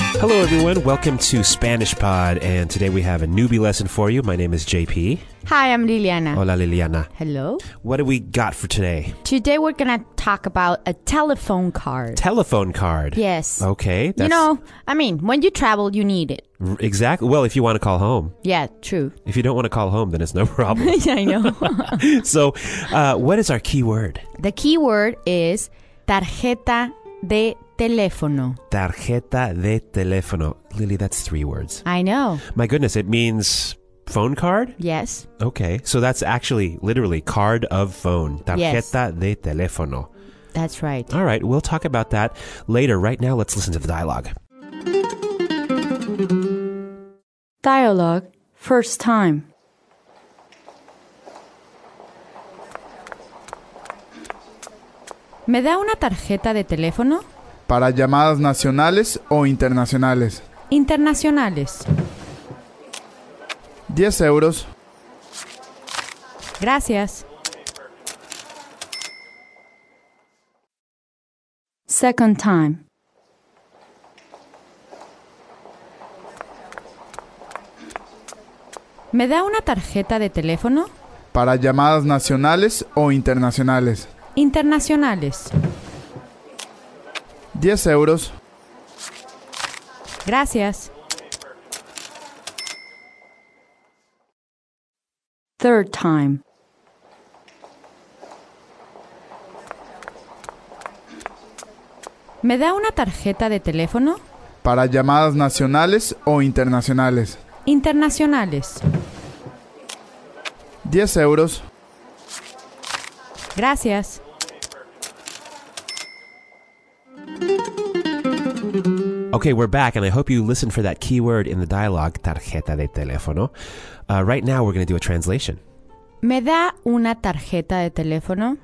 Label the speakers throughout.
Speaker 1: everyone. Welcome to Spanish Pod, and today we have a newbie lesson for you. My name is JP.
Speaker 2: Hi, I'm Liliana.
Speaker 1: Hola, Liliana.
Speaker 2: Hello.
Speaker 1: What do we got for today?
Speaker 2: Today we're gonna talk about a telephone card.
Speaker 1: Telephone card.
Speaker 2: Yes.
Speaker 1: Okay.
Speaker 2: you know, I mean, when you travel, you need it.
Speaker 1: know. Exactly. Well, if you want to call home.
Speaker 2: Yeah, true.
Speaker 1: If you don't want to call home, then it's no problem.
Speaker 2: yeah, I know.
Speaker 1: so, uh, what is our key word?
Speaker 2: the key word is tarjeta de teléfono.
Speaker 1: Tarjeta de teléfono. Lily, that's three words.
Speaker 2: I know.
Speaker 1: My goodness, it means phone card?
Speaker 2: Yes.
Speaker 1: Okay. So that's actually literally card of phone. Tarjeta
Speaker 2: Yes.
Speaker 1: de teléfono.
Speaker 2: That's right.
Speaker 1: All right, we'll talk about that later. Right now, let's listen to the dialogue.
Speaker 2: Dialogue. First time. ¿Me da una tarjeta de teléfono?
Speaker 3: para llamadas nacionales o internacionales.
Speaker 2: Internacionales.
Speaker 3: 10 euros,
Speaker 2: Gracias.
Speaker 4: Second time.
Speaker 2: ¿Me da una tarjeta de teléfono?
Speaker 3: para llamadas nacionales o internacionales.
Speaker 2: Internacionales.
Speaker 3: 10 euros,
Speaker 2: Gracias.
Speaker 4: Third time.
Speaker 2: ¿Me da una tarjeta de teléfono?
Speaker 3: para llamadas nacionales o internacionales.
Speaker 2: Internacionales.
Speaker 3: 10 euros,
Speaker 2: Gracias.
Speaker 1: Okay, we're back, and I hope you listened for that keyword in the dialogue, tarjeta de teléfono. Uh, right now, we're going to do a translation.
Speaker 2: ¿Me da una tarjeta de teléfono?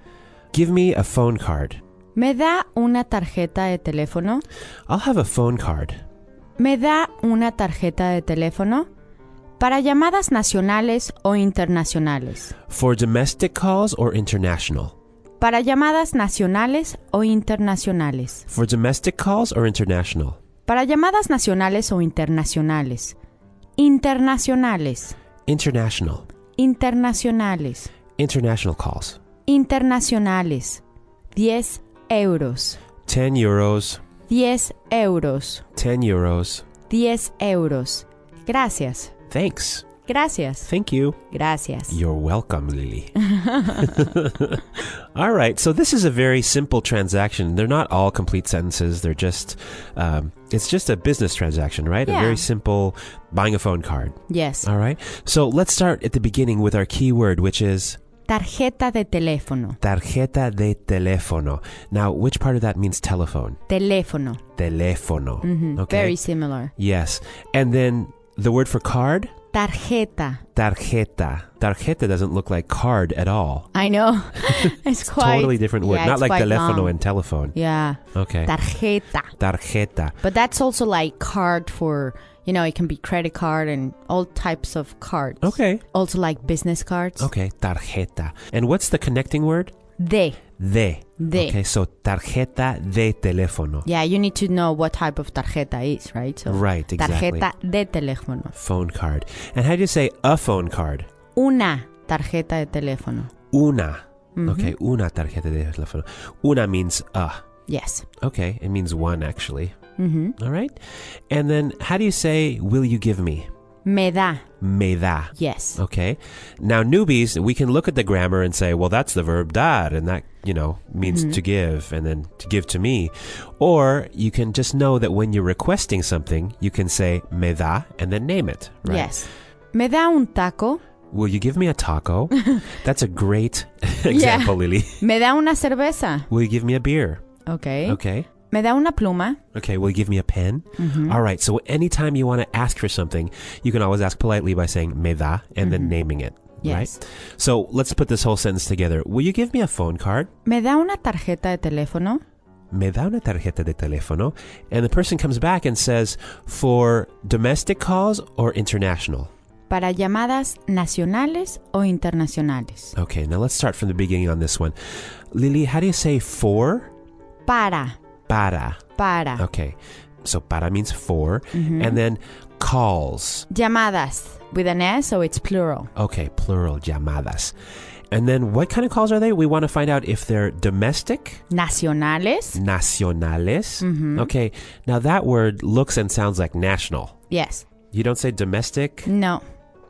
Speaker 1: Give me a phone card.
Speaker 2: ¿Me da una tarjeta de teléfono?
Speaker 1: I'll have a phone card.
Speaker 2: ¿Me da una tarjeta de teléfono? Para llamadas nacionales o internacionales.
Speaker 1: For domestic calls or international?
Speaker 2: Para llamadas nacionales o internacionales.
Speaker 1: For domestic calls or international?
Speaker 2: Para llamadas nacionales o internacionales. Internacionales.
Speaker 1: International.
Speaker 2: Internacionales.
Speaker 1: International calls.
Speaker 2: Internacionales. 10 euros.
Speaker 1: 10 euros.
Speaker 2: 10 euros.
Speaker 1: 10 euros.
Speaker 2: 10 euros. Gracias.
Speaker 1: Thanks.
Speaker 2: Gracias.
Speaker 1: Thank you.
Speaker 2: Gracias.
Speaker 1: You're welcome, Lily. all right. So this is a very simple transaction. They're not all complete sentences. They're just, um, it's just a business transaction, right? A
Speaker 2: Yeah.
Speaker 1: very simple buying a phone card.
Speaker 2: Yes.
Speaker 1: All right. So let's start at the beginning with our keyword, which is
Speaker 2: Tarjeta de teléfono.
Speaker 1: tarjeta de teléfono. Now, which part of that means telephone?
Speaker 2: Teléfono.
Speaker 1: Teléfono.
Speaker 2: Mhm.
Speaker 1: Okay.
Speaker 2: Very similar.
Speaker 1: yes. And then the word for card,
Speaker 2: Tarjeta.
Speaker 1: tarjeta. Tarjeta doesn't look like card at all.
Speaker 2: I know. it's quite
Speaker 1: totally different word.
Speaker 2: yeah,
Speaker 1: Not
Speaker 2: it's
Speaker 1: like
Speaker 2: quite
Speaker 1: telefono
Speaker 2: long.
Speaker 1: and telephone.
Speaker 2: Yeah.
Speaker 1: Okay.
Speaker 2: Tarjeta.
Speaker 1: Tarjeta.
Speaker 2: But that's also like card for, you know, it can be credit card and all types of cards.
Speaker 1: Okay. Oh.
Speaker 2: Also like business cards.
Speaker 1: Okay. Tarjeta. And what's the connecting word?
Speaker 2: De.
Speaker 1: De.
Speaker 2: De.
Speaker 1: Okay. So tarjeta de teléfono.
Speaker 2: Yeah, you need to know what type of tarjeta is, right? So
Speaker 1: Right. Exactly.
Speaker 2: Tarjeta de teléfono.
Speaker 1: Phone card. And how do you say a phone card?
Speaker 2: Una tarjeta de teléfono. Mm-hmm.
Speaker 1: Una. Okay. Una tarjeta de teléfono. Una means a.
Speaker 2: Yes.
Speaker 1: Okay. It means one actually.
Speaker 2: hmm
Speaker 1: All right. And then how do you say will you give me?
Speaker 2: Me da.
Speaker 1: Me da.
Speaker 2: Yes.
Speaker 1: Okay. Now, newbies, we can look at the grammar and say, well, that's the verb dar, and that, you know, means to give, and then to give to me. Or you can just know that when you're requesting something, you can say me da and then name it. Right?
Speaker 2: Yes. Me da un taco.
Speaker 1: Will you give me a taco? that's a great example, Lily.
Speaker 2: Me da una cerveza.
Speaker 1: Will you give me a beer?
Speaker 2: Okay.
Speaker 1: Okay.
Speaker 2: Me da una pluma. Mm-hmm.
Speaker 1: Okay, will you give me a pen? All right, so anytime you want to ask for something, you can always ask politely by saying me da and then naming it.
Speaker 2: Yes.
Speaker 1: Right? So let's put this whole sentence together. Will you give me a phone card?
Speaker 2: Me da una tarjeta de teléfono.
Speaker 1: Me da una tarjeta de teléfono. And the person comes back and says, for domestic calls or international?
Speaker 2: Para llamadas nacionales o internacionales.
Speaker 1: Okay, now let's start from the beginning on this one. Lily, how do you say for?
Speaker 2: Para.
Speaker 1: Para.
Speaker 2: Para.
Speaker 1: Okay. So para means 4 Ah,
Speaker 2: Mm-hmm.
Speaker 1: And then calls.
Speaker 2: Llamadas with an S, so it's plural.
Speaker 1: Okay, plural, llamadas. And then what kind of calls are they? We want to find out if they're domestic,
Speaker 2: Nacionales.
Speaker 1: nacionales.
Speaker 2: Mm-hmm.
Speaker 1: Okay, now that word looks and sounds like national.
Speaker 2: Yes.
Speaker 1: You don't say domestic?
Speaker 2: No.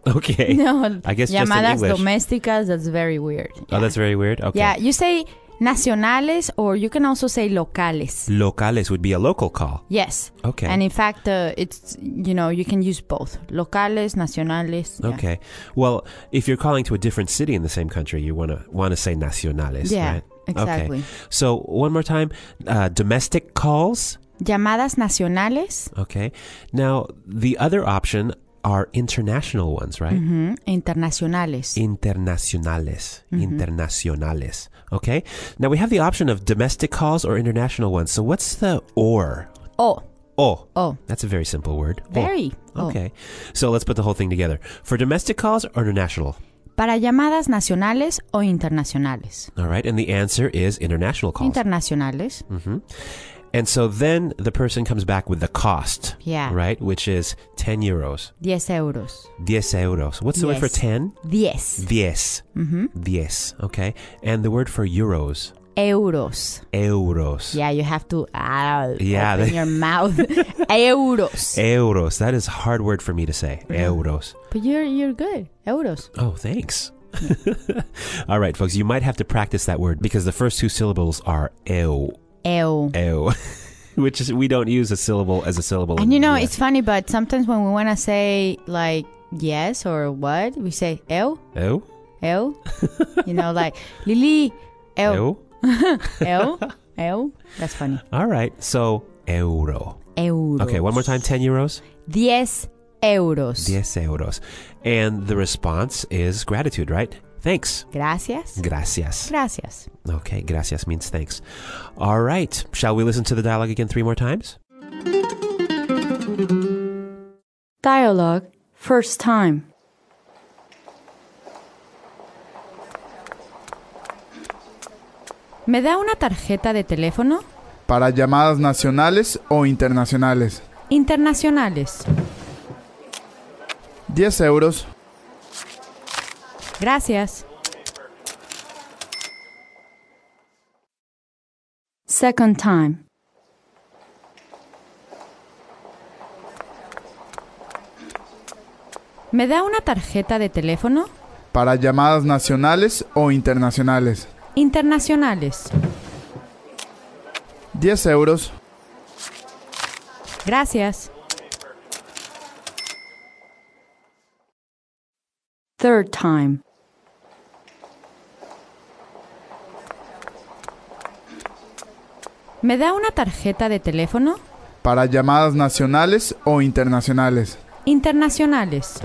Speaker 1: Okay.
Speaker 2: No.
Speaker 1: I guess just in
Speaker 2: llamadas
Speaker 1: English.
Speaker 2: domésticas. That's very weird.
Speaker 1: Oh, that's very weird. Okay.
Speaker 2: Yeah, you say nacionales, or you can also say locales.
Speaker 1: Locales would be a local call.
Speaker 2: Yes.
Speaker 1: Okay.
Speaker 2: And in fact, uh, it's you know you can use both locales, nacionales. yeah.
Speaker 1: Okay. Well, if you're calling to a different city in the same country, you want to want to say nacionales,
Speaker 2: Yeah,
Speaker 1: right?
Speaker 2: exactly.
Speaker 1: Okay. So, one more time, uh, domestic calls,
Speaker 2: Llamadas nacionales,
Speaker 1: okay? Now, the other option are international ones, right?
Speaker 2: mm, internacionales.
Speaker 1: Internacionales.
Speaker 2: Mm-hmm.
Speaker 1: Internacionales. Okay? Now we have the option of domestic calls or international ones. So what's the or?
Speaker 2: oh,
Speaker 1: Oh.
Speaker 2: oh,
Speaker 1: That's a very simple word. Oh.
Speaker 2: very. oh.
Speaker 1: Okay. So let's put the whole thing together. For domestic calls or international?
Speaker 2: Para llamadas nacionales o internacionales.
Speaker 1: All right. And the answer is international calls. Mm-hmm.
Speaker 2: Internacionales.
Speaker 1: and so then the person comes back with the cost.
Speaker 2: Yeah.
Speaker 1: Right? Which is 10 euros.
Speaker 2: 10 euros.
Speaker 1: 10 euros. What's the word for
Speaker 2: Yes.
Speaker 1: 10?
Speaker 2: 10
Speaker 1: 10. Mm-hmm. 10. Okay. And the word for euros?
Speaker 2: euros.
Speaker 1: Euros.
Speaker 2: Yeah, you have to ah,
Speaker 1: Yeah,
Speaker 2: open
Speaker 1: they- Eh.
Speaker 2: your mouth. euros.
Speaker 1: Euros. That is a hard word for me to say.
Speaker 2: Mm-hmm.
Speaker 1: Euros.
Speaker 2: But you're you're good. Euros.
Speaker 1: Oh, thanks. All right, folks, you might have to practice that word because the first two syllables are eu,
Speaker 2: Eu.
Speaker 1: eu, which is we don't use a syllable as a syllable.
Speaker 2: And you
Speaker 1: in
Speaker 2: know,
Speaker 1: the US.
Speaker 2: it's funny, but sometimes when we want to say like yes or what, we say eu,
Speaker 1: eu,
Speaker 2: eu. you know, like Lili, eu,
Speaker 1: eu.
Speaker 2: eu, eu. That's funny.
Speaker 1: All right, so euro.
Speaker 2: Euros.
Speaker 1: Okay, one more time, ten euros,
Speaker 2: 10 euros.
Speaker 1: diez euros, and the response is gratitude, right? Thanks,
Speaker 2: Gracias.
Speaker 1: gracias.
Speaker 2: Gracias.
Speaker 1: Okay, gracias means thanks. All right, shall we listen to the dialogue again three more times?
Speaker 4: Dialogue. First time.
Speaker 2: ¿Me da una tarjeta de teléfono?
Speaker 3: Para llamadas nacionales o internacionales.
Speaker 2: Internacionales.
Speaker 3: 10 euros.
Speaker 2: Gracias.
Speaker 4: Second time.
Speaker 2: ¿Me da una tarjeta de teléfono?
Speaker 3: Para llamadas nacionales o internacionales.
Speaker 2: Internacionales.
Speaker 3: 10 euros.
Speaker 2: Gracias.
Speaker 4: Third time.
Speaker 2: ¿Me da una tarjeta de teléfono?
Speaker 3: Para llamadas nacionales o internacionales.
Speaker 2: Internacionales.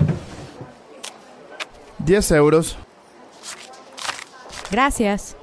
Speaker 3: 10 euros.
Speaker 2: Gracias.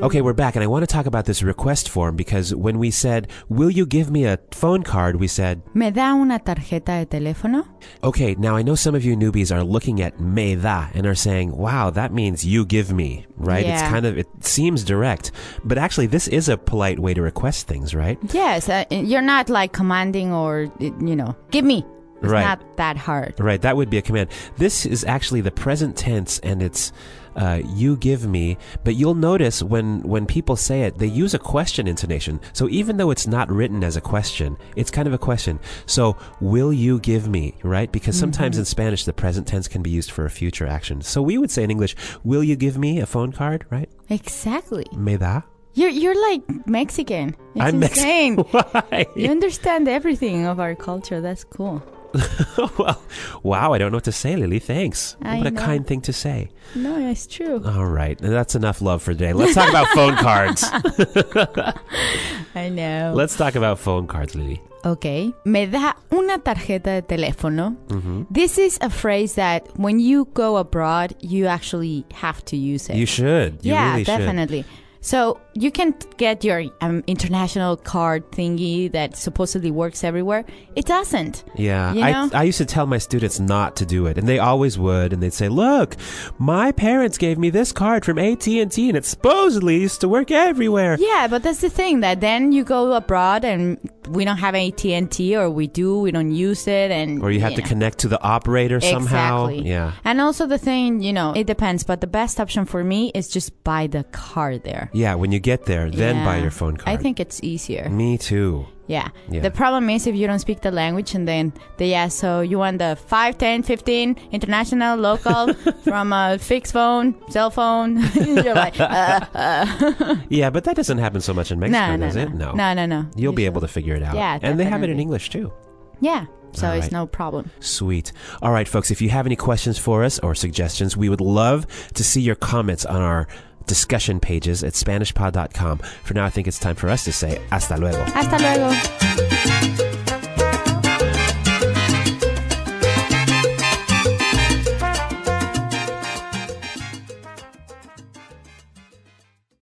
Speaker 1: Okay, we're back, and I want to talk about this request form because when we said, Will you give me a phone card? we said,
Speaker 2: ¿Me da una tarjeta de teléfono?
Speaker 1: Okay, now I know some of you newbies are looking at me da and are saying, Wow, that means you give me, right? It's
Speaker 2: Yeah.
Speaker 1: kind of, it seems direct, but actually, this is a polite way to request things, right?
Speaker 2: Yes, uh, you're not like commanding or, you know, give me. It's
Speaker 1: Right.
Speaker 2: not that hard.
Speaker 1: Right, that would be a command. This is actually the present tense, and it's uh, you give me. But you'll notice when when people say it, they use a question intonation. So even though it's not written as a question, it's kind of a question. So will you give me? Right, because sometimes
Speaker 2: Mm-hmm.
Speaker 1: in Spanish the present tense can be used for a future action. So we would say in English, "Will you give me a phone card?" Right?
Speaker 2: Exactly.
Speaker 1: Me da.
Speaker 2: You're, you're like Mexican. It's
Speaker 1: I'm
Speaker 2: insane.
Speaker 1: Mexican. Why?
Speaker 2: You understand everything of our culture. That's cool.
Speaker 1: well, wow, I don't know what to say, Lily. Thanks.
Speaker 2: I
Speaker 1: what a
Speaker 2: know.
Speaker 1: kind thing to say.
Speaker 2: No, it's true.
Speaker 1: All right, that's enough love for today. Let's talk about phone cards.
Speaker 2: I know.
Speaker 1: Let's talk about phone cards, Lily.
Speaker 2: Okay. Me da una tarjeta de telefono.
Speaker 1: Mm-hmm.
Speaker 2: This is a phrase that when you go abroad, you actually have to use it.
Speaker 1: You should. You
Speaker 2: yeah,
Speaker 1: really should.
Speaker 2: definitely. So you can t- get your um, international card thingy that supposedly works everywhere. It doesn't.
Speaker 1: Yeah,
Speaker 2: You know?
Speaker 1: I, I used to tell my students not to do it, and they always would, and they'd say, "Look, my parents gave me this card from AT and T, and it supposedly used to work everywhere."
Speaker 2: Yeah, but that's the thing that then you go abroad and we don't have AT and T, or we do, we don't use it, and
Speaker 1: Or you have to
Speaker 2: know.
Speaker 1: connect to the operator somehow.
Speaker 2: Exactly.
Speaker 1: Yeah,
Speaker 2: And also the thing, you know, it depends, but the best option for me is just buy the car there.
Speaker 1: yeah. When you get there, then buy
Speaker 2: Yeah.
Speaker 1: your phone card.
Speaker 2: I think it's easier.
Speaker 1: Me too.
Speaker 2: Yeah.
Speaker 1: Yeah.
Speaker 2: The problem is if you don't speak the language and then they ask, so you want the 5, 10, 15, international, local, from a fixed phone, cell phone. You're like, uh,
Speaker 1: Yeah, but that doesn't happen so much in Mexico,
Speaker 2: no, no,
Speaker 1: does
Speaker 2: no.
Speaker 1: it? No.
Speaker 2: No, no, no.
Speaker 1: You'll be able to figure it out.
Speaker 2: Yeah,
Speaker 1: and they have it in
Speaker 2: definitely.
Speaker 1: English too.
Speaker 2: Yeah. So
Speaker 1: All
Speaker 2: it's
Speaker 1: right.
Speaker 2: no problem.
Speaker 1: Sweet. All right, folks, if you have any questions for us or suggestions, we would love to see your comments on our discussion pages at SpanishPod.com. For now, I think it's time for us to say hasta luego.
Speaker 2: Hasta luego.